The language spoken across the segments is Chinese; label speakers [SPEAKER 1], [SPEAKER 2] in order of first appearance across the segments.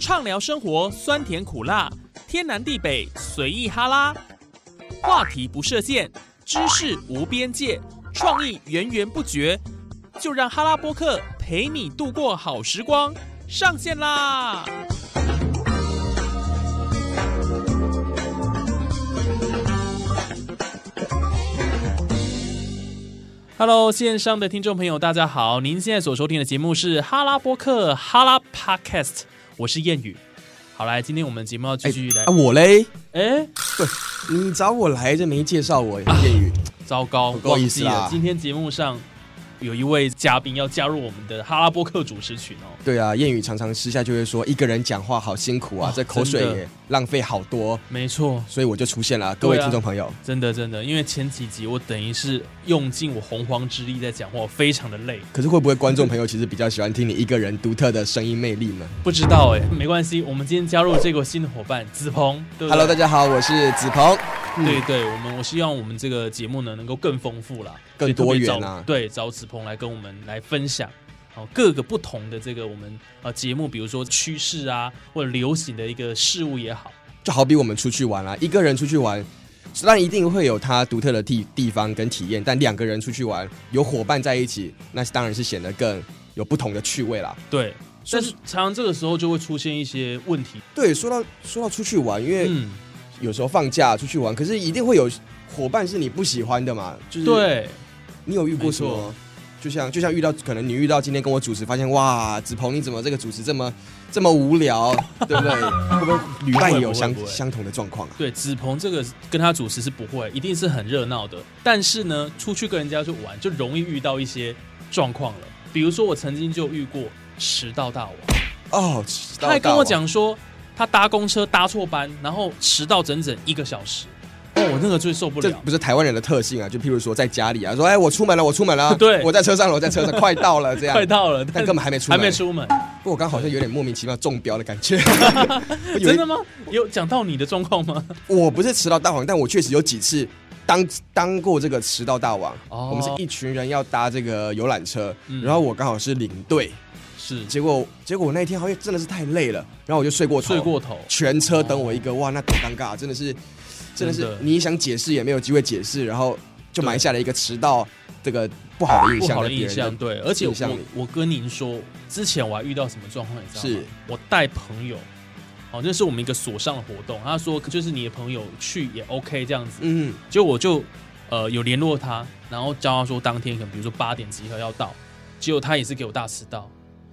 [SPEAKER 1] 畅聊生活酸甜苦辣，天南地北随意哈拉，话题不设限，知识无边界，创意源源不绝，就让哈拉播客陪你度过好时光，上线啦！Hello，线上的听众朋友，大家好！您现在所收听的节目是哈拉播客哈拉 Podcast，我是谚语。好来，今天我们节目要继续来
[SPEAKER 2] 啊，，我嘞，
[SPEAKER 1] 哎、
[SPEAKER 2] 你找我来这没介绍我谚语，
[SPEAKER 1] 糟糕，
[SPEAKER 2] 够
[SPEAKER 1] 忘
[SPEAKER 2] 意
[SPEAKER 1] 记
[SPEAKER 2] 思
[SPEAKER 1] 了
[SPEAKER 2] 啦，
[SPEAKER 1] 今天节目上有一位嘉宾要加入我们的哈拉播客主持群哦。
[SPEAKER 2] 对啊，谚语常常私下就会说一个人讲话好辛苦啊
[SPEAKER 1] 哦，
[SPEAKER 2] 这口水
[SPEAKER 1] 真的
[SPEAKER 2] 也浪费好多，
[SPEAKER 1] 没错，
[SPEAKER 2] 所以我就出现了，各位
[SPEAKER 1] 对啊
[SPEAKER 2] 听众朋友，
[SPEAKER 1] 真的真的，因为前几集我等于是用尽我洪荒之力在讲话，我非常的累。
[SPEAKER 2] 可是会不会观众朋友其实比较喜欢听你一个人独特的声音魅力呢
[SPEAKER 1] 不知道哎、没关系，我们今天加入这个新的伙伴子鹏，对不对
[SPEAKER 2] ？Hello，大家好，我是子鹏，嗯
[SPEAKER 1] 对对，我们我希望我们这个节目呢能够更丰富啦，所
[SPEAKER 2] 更
[SPEAKER 1] 以特别
[SPEAKER 2] 多元
[SPEAKER 1] 找
[SPEAKER 2] 啊
[SPEAKER 1] 对，找子鹏来跟我们来分享。哦，各个不同的这个我们呃节目，比如说趋势啊，或者流行的一个事物也好，
[SPEAKER 2] 就好比我们出去玩啊，一个人出去玩。虽然一定会有他独特的地地方跟体验，但两个人出去玩，有伙伴在一起，那当然是显得更有不同的趣味啦。
[SPEAKER 1] 对。
[SPEAKER 2] 说
[SPEAKER 1] 但是常常这个时候就会出现一些问题，
[SPEAKER 2] 对，说到说到出去玩，因为
[SPEAKER 1] 嗯，
[SPEAKER 2] 有时候放假出去玩，可是一定会有伙伴是你不喜欢的嘛。就是
[SPEAKER 1] 对，
[SPEAKER 2] 你有遇过什
[SPEAKER 1] 没
[SPEAKER 2] 么
[SPEAKER 1] 错？
[SPEAKER 2] 就像就像遇到可能你遇到今天跟我主持，发现哇，子鹏你怎么这个主持这么这么无聊，对 不对？会不会旅伴也有相
[SPEAKER 1] 不会不会
[SPEAKER 2] 相同的状况啊？
[SPEAKER 1] 对，子鹏这个跟他主持是不会，一定是很热闹的。但是呢，出去跟人家去玩，就容易遇到一些状况了。比如说，我曾经就遇过迟到大王，
[SPEAKER 2] 哦，
[SPEAKER 1] 他还跟我
[SPEAKER 2] 到到啊，
[SPEAKER 1] 讲说，他搭公车搭错班，然后迟到整整一个小时。哦，我那个最受不
[SPEAKER 2] 这
[SPEAKER 1] 了。
[SPEAKER 2] 不是台湾人的特性啊，就譬如说在家里啊，说哎我出门了，我出 门了，
[SPEAKER 1] 对
[SPEAKER 2] 我在车上了，我在车上，快到了这 样
[SPEAKER 1] 快。到了，
[SPEAKER 2] 但根本还没出
[SPEAKER 1] 还
[SPEAKER 2] 门，
[SPEAKER 1] 没出 门，
[SPEAKER 2] 不过我刚好像有点莫名其妙中标的 感觉。我以为
[SPEAKER 1] 真的吗？有讲到你的状况吗？
[SPEAKER 2] 我不是迟到大王，但我确实有几次当当过这个迟到大王。
[SPEAKER 1] 哦
[SPEAKER 2] 我们是一群人要搭这个游览车，
[SPEAKER 1] 嗯
[SPEAKER 2] 然后我刚好是领队，
[SPEAKER 1] 是
[SPEAKER 2] 结果结果我那一天好像真的是太累了，然后我就睡过头，
[SPEAKER 1] 睡过头，
[SPEAKER 2] 全车等我一个，哇，那多尴尬，真的是真的
[SPEAKER 1] 真
[SPEAKER 2] 是
[SPEAKER 1] 的
[SPEAKER 2] 你想解释也没有机会解释，然后就埋下了一个迟到这个不好的印
[SPEAKER 1] 不
[SPEAKER 2] 象
[SPEAKER 1] 好的
[SPEAKER 2] 在别
[SPEAKER 1] 印
[SPEAKER 2] 人
[SPEAKER 1] 象。
[SPEAKER 2] 的。
[SPEAKER 1] 对，而且
[SPEAKER 2] 印象
[SPEAKER 1] 我
[SPEAKER 2] 里
[SPEAKER 1] 我跟您说，之前我还遇到什么状况，你知道吗？
[SPEAKER 2] 是
[SPEAKER 1] 我带朋友，哦，那是我们一个所上的活动，他说就是你的朋友去也 OK 这样子，
[SPEAKER 2] 嗯，
[SPEAKER 1] 结果我就呃有联络他，然后教他说当天可能比如说八点集合要到，结果他也是给我大迟到。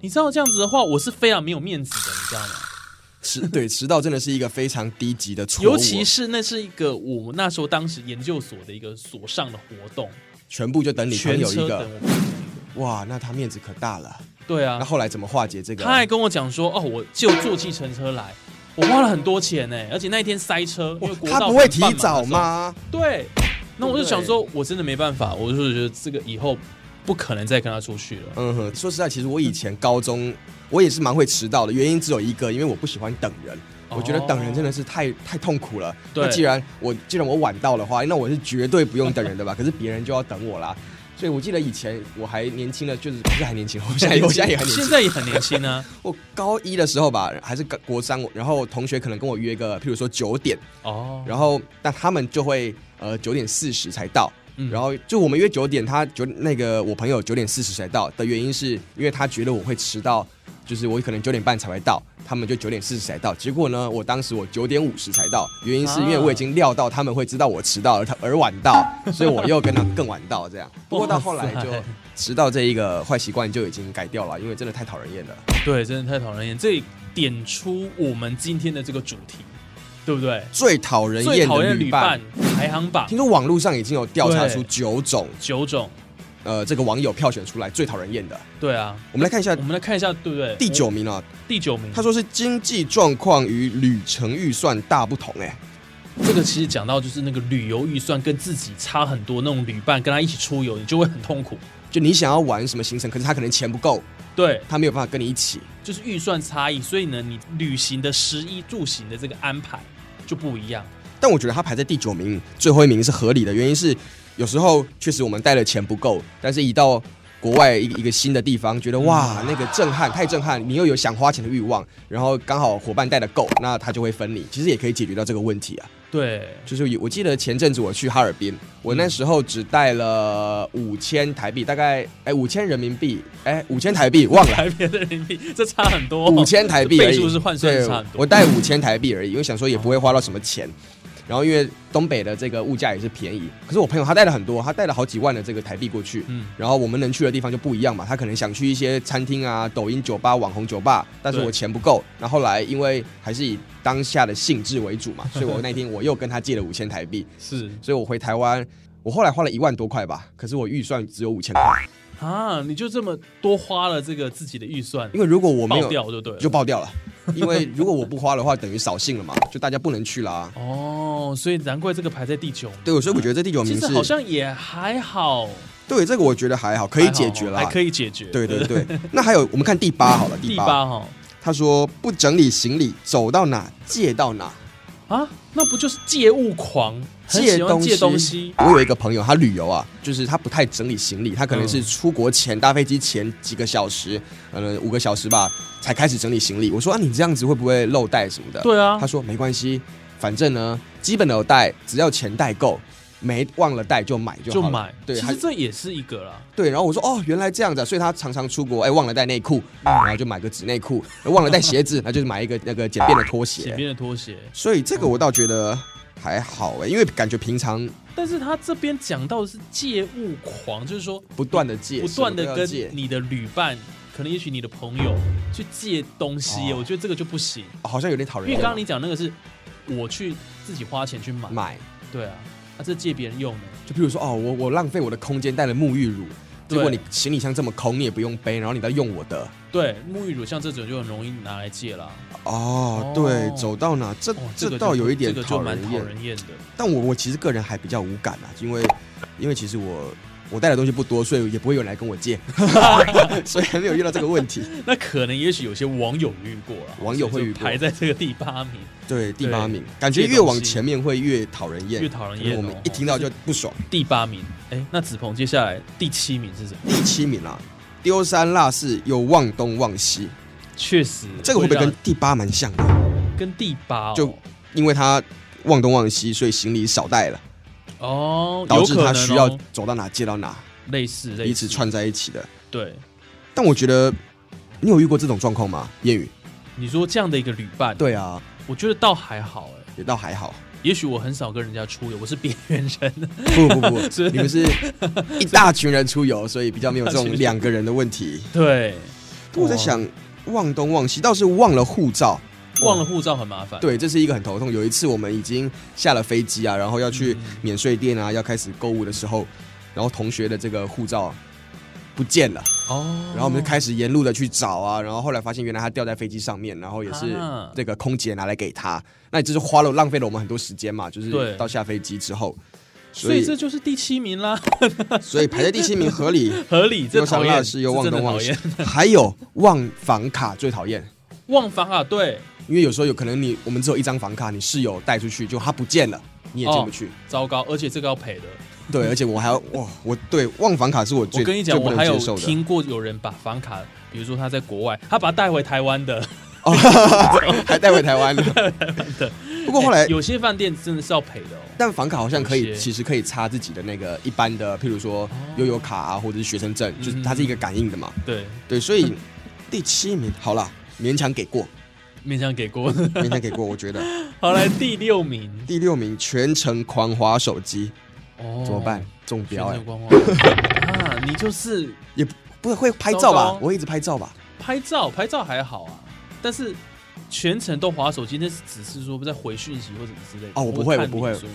[SPEAKER 1] 你知道这样子的话，我是非常没有面子的，你知道吗？
[SPEAKER 2] 迟对迟到真的是一个非常低级的错误啊，
[SPEAKER 1] 尤其是那是一个我那时候当时研究所的一个所上的活动，
[SPEAKER 2] 全部就等你朋
[SPEAKER 1] 全
[SPEAKER 2] 友一
[SPEAKER 1] 车
[SPEAKER 2] 个
[SPEAKER 1] 等，我朋友。
[SPEAKER 2] 哇，那他面子可大了。
[SPEAKER 1] 对啊
[SPEAKER 2] 那，后来怎么化解这个？
[SPEAKER 1] 他还跟我讲说，哦，我就坐计程车来，我花了很多钱呢，而且那一天塞车，因为国
[SPEAKER 2] 他
[SPEAKER 1] 道
[SPEAKER 2] 不会
[SPEAKER 1] 很
[SPEAKER 2] 提
[SPEAKER 1] 繁忙的时候
[SPEAKER 2] 早？吗？
[SPEAKER 1] 对，那我就
[SPEAKER 2] 对
[SPEAKER 1] 想说，我真的没办法，我就觉得这个以后不可能再跟他出去了。
[SPEAKER 2] 嗯哼，说实在，其实我以前高中我也是蛮会迟到的，原因只有一个，因为我不喜欢等人。我觉得等人真的是太太痛苦了。
[SPEAKER 1] 哦对
[SPEAKER 2] 那既然我既然我晚到的话，那我是绝对不用等人的吧？ 可是别人就要等我啦。所以我记得以前我还年轻的，就是不是还年轻， 我现 在我现在也很年
[SPEAKER 1] 现
[SPEAKER 2] 轻。
[SPEAKER 1] 在也很年轻啊。
[SPEAKER 2] 我高一的时候吧，还是高国三，我然后同学可能跟我约个，譬如说九点，
[SPEAKER 1] 哦，
[SPEAKER 2] 然后但他们就会呃九点四十才到。
[SPEAKER 1] 嗯
[SPEAKER 2] 然后就我们约九点，他九那个我朋友九点四十才到的原因是因为他觉得我会迟到，就是我可能九点半才会到，他们就九点四十才到。结果呢，我当时我九点五十才到，原因是
[SPEAKER 1] 啊
[SPEAKER 2] 因为我已经料到他们会知道我迟到而他而晚到，所以我又跟他更晚 到这样。不过到后来就
[SPEAKER 1] 哇塞
[SPEAKER 2] 迟到这一个坏习惯就已经改掉了，因为真的太讨人 厌了。
[SPEAKER 1] 对，真的太讨人厌。这点出我们今天的这个主题，对不对？
[SPEAKER 2] 最讨人
[SPEAKER 1] 最
[SPEAKER 2] 厌
[SPEAKER 1] 讨
[SPEAKER 2] 的
[SPEAKER 1] 厌
[SPEAKER 2] 旅
[SPEAKER 1] 旅
[SPEAKER 2] 伴
[SPEAKER 1] 伴，排行榜
[SPEAKER 2] 听说网络上已经有调查
[SPEAKER 1] 对
[SPEAKER 2] 出九种
[SPEAKER 1] 九种。
[SPEAKER 2] 呃这个网友票选出来最讨人厌的，
[SPEAKER 1] 对啊，
[SPEAKER 2] 我们来看一下
[SPEAKER 1] 我。们来看一下，对不对？
[SPEAKER 2] 第九名啊，
[SPEAKER 1] 第九名，
[SPEAKER 2] 他说是经济状况与旅程预算大不同、欸，哎，
[SPEAKER 1] 这个其实讲到就是那个旅游预算跟自己差很多，那种旅伴跟他一起出游，你就会很痛苦。
[SPEAKER 2] 就你想要玩什么行程，可是他可能钱不够，
[SPEAKER 1] 对，
[SPEAKER 2] 他没有办法跟你一起。
[SPEAKER 1] 就是预算差异，所以呢，你旅行的食衣住行的这个安排就不一样。
[SPEAKER 2] 但我觉得他排在第九名，最后一名是合理的，原因是有时候确实我们带的钱不够，但是一到国外一个一个新的地方，觉得哇那个震撼太震撼，你又有想花钱的欲望，然后刚好伙伴带的够，那他就会分你，其实也可以解决到这个问题啊。
[SPEAKER 1] 对，
[SPEAKER 2] 就是有我记得前阵子我去哈尔滨，我
[SPEAKER 1] 嗯
[SPEAKER 2] 那时候只带了五千台币，大概哎五千人民币，哎五千台币忘 了。
[SPEAKER 1] 台币的人民币，这差很多、
[SPEAKER 2] 五千台币而已，
[SPEAKER 1] 哦倍数是换算
[SPEAKER 2] 对
[SPEAKER 1] 差很多
[SPEAKER 2] 我带五千台币而已，因为想说也不会花到什么钱。然后因为东北的这个物价也是便宜，可是我朋友他带了很多，他带了好几万的这个台币过去。
[SPEAKER 1] 嗯
[SPEAKER 2] 然后我们能去的地方就不一样嘛，他可能想去一些餐厅啊、抖音酒吧、网红酒吧，但是
[SPEAKER 1] 对
[SPEAKER 2] 我钱不够。然后后来因为还是以当下的性质为主嘛，所以我那天我又跟他借了五千台币，
[SPEAKER 1] 是
[SPEAKER 2] 所以我回台湾，我后来花了一万多块吧，可是我预算只有五千块，
[SPEAKER 1] 啊，你就这么多花了这个自己的预算，
[SPEAKER 2] 因为如果我没
[SPEAKER 1] 爆
[SPEAKER 2] 有
[SPEAKER 1] 掉就对了。
[SPEAKER 2] 就爆掉了，因为如果我不花的话，等于扫兴了嘛，就大家不能去啦、
[SPEAKER 1] 哦，所以难怪这个排在第九名。
[SPEAKER 2] 对，所以我觉得这第九
[SPEAKER 1] 其
[SPEAKER 2] 名
[SPEAKER 1] 实
[SPEAKER 2] 是
[SPEAKER 1] 好像也还好，
[SPEAKER 2] 对这个我觉得还好，可以解决
[SPEAKER 1] 还
[SPEAKER 2] 啦。
[SPEAKER 1] 可以解决。
[SPEAKER 2] 对对对，那还有我们看第八好了，
[SPEAKER 1] 第
[SPEAKER 2] 第八，
[SPEAKER 1] 八哈
[SPEAKER 2] 他说不整理行李，走到哪借到哪，
[SPEAKER 1] 啊，那不就是借物狂，很喜欢
[SPEAKER 2] 借
[SPEAKER 1] 借
[SPEAKER 2] 东
[SPEAKER 1] 东
[SPEAKER 2] 西
[SPEAKER 1] 西。
[SPEAKER 2] 我有一个朋友，他旅游啊，就是他不太整理行李，他可能
[SPEAKER 1] 嗯
[SPEAKER 2] 是出国前搭飞机前几个小时，可能五个小时吧，才开始整理行李。我说啊，你这样子会不会漏带什么的？
[SPEAKER 1] 对啊
[SPEAKER 2] 他，说没关系，反正呢，基本的有带，只要钱带够，没忘了带就买就
[SPEAKER 1] 就
[SPEAKER 2] 好了。
[SPEAKER 1] 买。
[SPEAKER 2] 对，
[SPEAKER 1] 其
[SPEAKER 2] 他
[SPEAKER 1] 实这也是一个啦。
[SPEAKER 2] 对，然后我说哦，原来这样子、啊，所以他常常出国，哎，忘了带内裤，嗯然后就买个纸内裤，哎忘了带鞋子， 那就是买一个那个简便的拖
[SPEAKER 1] 前
[SPEAKER 2] 鞋。
[SPEAKER 1] 面的拖鞋，
[SPEAKER 2] 所以这个我倒觉得还好哎，因为感觉平常
[SPEAKER 1] 但是他这边讲到的是借物狂，就是说
[SPEAKER 2] 不断的借，
[SPEAKER 1] 不断
[SPEAKER 2] 什么
[SPEAKER 1] 的
[SPEAKER 2] 都要
[SPEAKER 1] 跟
[SPEAKER 2] 借，
[SPEAKER 1] 你的旅伴，可能也许你的朋友去借东西，
[SPEAKER 2] 哦
[SPEAKER 1] 我觉得这个就不行。
[SPEAKER 2] 哦好像有点讨
[SPEAKER 1] 因
[SPEAKER 2] 人
[SPEAKER 1] 为
[SPEAKER 2] 厌。
[SPEAKER 1] 刚刚你讲那个是我去自己花钱去买，
[SPEAKER 2] 买，
[SPEAKER 1] 对啊，啊这借别人用呢，
[SPEAKER 2] 就比如说哦，我我浪费我的空间带了沐浴乳，结果
[SPEAKER 1] 对
[SPEAKER 2] 你行李箱这么空，你也不用背，然后你在用我的。
[SPEAKER 1] 对，沐浴乳像这种就很容易拿来借啦。
[SPEAKER 2] 哦
[SPEAKER 1] 哦，
[SPEAKER 2] 对，走到哪这、
[SPEAKER 1] 哦，
[SPEAKER 2] 这
[SPEAKER 1] 个
[SPEAKER 2] 倒
[SPEAKER 1] 就
[SPEAKER 2] 有一点
[SPEAKER 1] 这个
[SPEAKER 2] 讨
[SPEAKER 1] 就蛮
[SPEAKER 2] 人
[SPEAKER 1] 讨
[SPEAKER 2] 厌。
[SPEAKER 1] 人厌的。
[SPEAKER 2] 但我我其实个人还比较无感啊，因为因为其实我我带的东西不多，所以也不会有人来跟 我借，所以还没有遇到这个问题。
[SPEAKER 1] 那可能也许有些网友遇过了，
[SPEAKER 2] 网友会
[SPEAKER 1] 所以
[SPEAKER 2] 遇
[SPEAKER 1] 就
[SPEAKER 2] 过
[SPEAKER 1] 排在这个第八名，
[SPEAKER 2] 对，第
[SPEAKER 1] 对
[SPEAKER 2] 八名，感觉越往前面会越讨人厌，
[SPEAKER 1] 越讨人
[SPEAKER 2] 可能
[SPEAKER 1] 厌哦。
[SPEAKER 2] 我们一听到就不爽。
[SPEAKER 1] 第八名，哎，那子鹏接下来第七名是什么？
[SPEAKER 2] 第七名啦、啊丢三落四又忘东忘西，
[SPEAKER 1] 确实，
[SPEAKER 2] 这个会不会
[SPEAKER 1] 让
[SPEAKER 2] 跟第八蛮像的？
[SPEAKER 1] 跟第八、哦、
[SPEAKER 2] 就因为他忘东忘西，所以行李少带了，
[SPEAKER 1] 哦，
[SPEAKER 2] 导
[SPEAKER 1] 有
[SPEAKER 2] 致
[SPEAKER 1] 可能
[SPEAKER 2] 他
[SPEAKER 1] 哦
[SPEAKER 2] 需要走到哪借到哪，
[SPEAKER 1] 类似类似
[SPEAKER 2] 彼此串在一起的。
[SPEAKER 1] 对。
[SPEAKER 2] 但我觉得你有遇过这种状况吗？谚语？
[SPEAKER 1] 你说这样的一个旅伴，
[SPEAKER 2] 对啊，
[SPEAKER 1] 我觉得倒还好哎、
[SPEAKER 2] 也倒还好。
[SPEAKER 1] 也许我很少跟人家出游，我是边缘 人，
[SPEAKER 2] 不不 不，
[SPEAKER 1] 所以
[SPEAKER 2] 你们是一大群人出游，所以比较没有这
[SPEAKER 1] 一大群
[SPEAKER 2] 种
[SPEAKER 1] 人哦
[SPEAKER 2] 两个人的问题。
[SPEAKER 1] 对，
[SPEAKER 2] 我在想，忘东忘西，倒是忘了护照，
[SPEAKER 1] 忘了护照很麻烦。
[SPEAKER 2] 哦对，这是一个很头痛。有一次我们已经下了飞机啊，然后要去
[SPEAKER 1] 嗯
[SPEAKER 2] 免税店啊，要开始购物的时候，然后同学的这个护照不见了，
[SPEAKER 1] 哦，
[SPEAKER 2] 然后我们就开始沿路的去找啊，然后后来发现原来它掉在飞机上面，然后也是
[SPEAKER 1] 啊
[SPEAKER 2] 这个空姐拿来给他，那这是花了浪费了我们很多时间嘛，就是
[SPEAKER 1] 对
[SPEAKER 2] 到下飞机之后，
[SPEAKER 1] 所以这就是第七名啦，
[SPEAKER 2] 所以排在第七名 合理。
[SPEAKER 1] 合理。这
[SPEAKER 2] 又
[SPEAKER 1] 讨
[SPEAKER 2] 上辣
[SPEAKER 1] 厌
[SPEAKER 2] 是又
[SPEAKER 1] 这
[SPEAKER 2] 忘
[SPEAKER 1] 真的
[SPEAKER 2] 东忘
[SPEAKER 1] 讨
[SPEAKER 2] 西
[SPEAKER 1] 厌
[SPEAKER 2] 还有忘房卡最讨厌，
[SPEAKER 1] 忘房啊，对，
[SPEAKER 2] 因为有时候有可能你我们只有一张房卡，你室友带出去就他不见了，你也进不去。
[SPEAKER 1] 糟糕，而且这个要赔的。
[SPEAKER 2] 对，而且我还要哇，我对忘房卡是我
[SPEAKER 1] 嗯
[SPEAKER 2] 最
[SPEAKER 1] 我跟你讲，
[SPEAKER 2] 最不
[SPEAKER 1] 我
[SPEAKER 2] 能
[SPEAKER 1] 还有
[SPEAKER 2] 接受的。
[SPEAKER 1] 听过有人把房卡，比如说他在国外，他把它带回台湾 的，
[SPEAKER 2] 哦，还带回 台湾了。不过后来
[SPEAKER 1] 哎，有些饭店真的是要赔的哦。
[SPEAKER 2] 但房卡好像可
[SPEAKER 1] 有
[SPEAKER 2] 以，
[SPEAKER 1] 些
[SPEAKER 2] 其实可以插自己的那个一般的，譬如
[SPEAKER 1] 哦
[SPEAKER 2] 说悠游卡啊，或者是学生证，
[SPEAKER 1] 嗯
[SPEAKER 2] 就是它是一个感应的嘛。
[SPEAKER 1] 对，
[SPEAKER 2] 对，所
[SPEAKER 1] 嗯
[SPEAKER 2] 以第七名好啦，勉强给过，
[SPEAKER 1] 勉强给过。
[SPEAKER 2] 勉强给过，我觉得。
[SPEAKER 1] 好来第六名，
[SPEAKER 2] 第六名全程狂滑手机，
[SPEAKER 1] 哦，
[SPEAKER 2] 怎么办？？中
[SPEAKER 1] 全
[SPEAKER 2] 标哎、
[SPEAKER 1] 程观光 啊，你就是
[SPEAKER 2] 也不不会拍照
[SPEAKER 1] 糟
[SPEAKER 2] 吧
[SPEAKER 1] 糕？
[SPEAKER 2] 我会一直拍照吧？
[SPEAKER 1] 拍照，拍照还好啊，但是全程都划手机，那是只是说在回讯息或者之类的。
[SPEAKER 2] 哦我不会
[SPEAKER 1] 看
[SPEAKER 2] 我不会
[SPEAKER 1] 脸书吗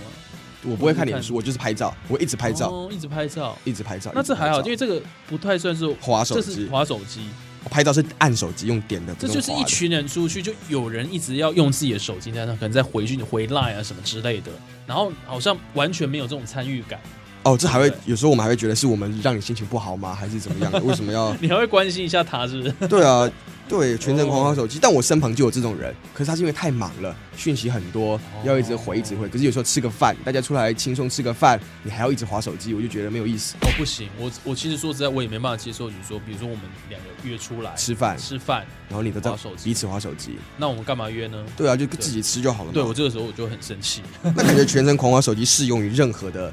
[SPEAKER 2] 我不会看脸
[SPEAKER 1] 看
[SPEAKER 2] 书，我就是拍照，我一直拍照，
[SPEAKER 1] 嗯
[SPEAKER 2] 啊
[SPEAKER 1] 哦，一直拍照。
[SPEAKER 2] 一直拍照。
[SPEAKER 1] 那这还好，因
[SPEAKER 2] 为
[SPEAKER 1] 为这个不太算是
[SPEAKER 2] 滑手
[SPEAKER 1] 这是
[SPEAKER 2] 机，
[SPEAKER 1] 划手机，
[SPEAKER 2] 拍照是按手机用点的，
[SPEAKER 1] 这
[SPEAKER 2] 不
[SPEAKER 1] 就
[SPEAKER 2] 用
[SPEAKER 1] 是
[SPEAKER 2] 滑
[SPEAKER 1] 一
[SPEAKER 2] 的
[SPEAKER 1] 群人出去，就有人一直要用自己的手机在那，可能在回讯、回 line 啊什么之类的，然后好像完全没有这种参与感。
[SPEAKER 2] 哦，这还会
[SPEAKER 1] 对
[SPEAKER 2] 有时候我们还 会觉得是我们让你心情不好吗？还是怎么样的？为什么要
[SPEAKER 1] 你还会关心一下他是不是？
[SPEAKER 2] 对啊？对，全程狂划手机。但我身旁就有这种人，可是他是因为太忙了，讯息很多，
[SPEAKER 1] 哦
[SPEAKER 2] 要一直回一直回。可是有时候吃个饭，大家出来轻松吃个饭，你还要一直划手机，我就觉得没有意思。
[SPEAKER 1] 哦， 不行，我我其实说实在，我也没办法接受你说，比如说我们两个约出来
[SPEAKER 2] 吃饭，
[SPEAKER 1] 吃饭，
[SPEAKER 2] 然后你都在
[SPEAKER 1] 划手机
[SPEAKER 2] 彼此划手机，
[SPEAKER 1] 那我们干嘛约呢？
[SPEAKER 2] 对啊，就自己吃就好了嘛。
[SPEAKER 1] 对我这个时候我就很生气，
[SPEAKER 2] 那感觉全程狂划手机适用于任何的，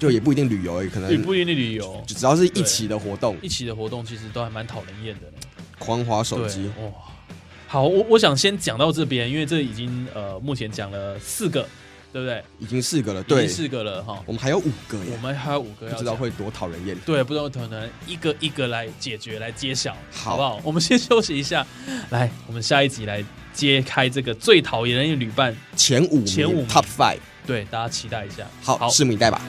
[SPEAKER 2] 就也不一定旅游，也可能
[SPEAKER 1] 也不一定旅游，
[SPEAKER 2] 只只要是一起的活动，
[SPEAKER 1] 一起的活动其实都还蛮讨人厌的。
[SPEAKER 2] 狂划手
[SPEAKER 1] 对
[SPEAKER 2] 机。
[SPEAKER 1] 哇。好，我我想先讲到这边，因为这已经呃目前讲了四个，对不对？
[SPEAKER 2] 已经四个了，
[SPEAKER 1] 已
[SPEAKER 2] 对
[SPEAKER 1] 经，四个了哈。
[SPEAKER 2] 我们还有五个
[SPEAKER 1] 我
[SPEAKER 2] 耶，
[SPEAKER 1] 们还有五个要
[SPEAKER 2] 不知道
[SPEAKER 1] 讲
[SPEAKER 2] 会多讨人厌。
[SPEAKER 1] 对，不知道可能一个一个来解决来揭晓，
[SPEAKER 2] 好
[SPEAKER 1] 不好？我 们先休息一下，来，我们下一集来揭开这个最讨厌的旅伴，
[SPEAKER 2] 前五名
[SPEAKER 1] 前五名
[SPEAKER 2] Top Five，
[SPEAKER 1] 对大家期待一下。
[SPEAKER 2] 好，拭目以待吧。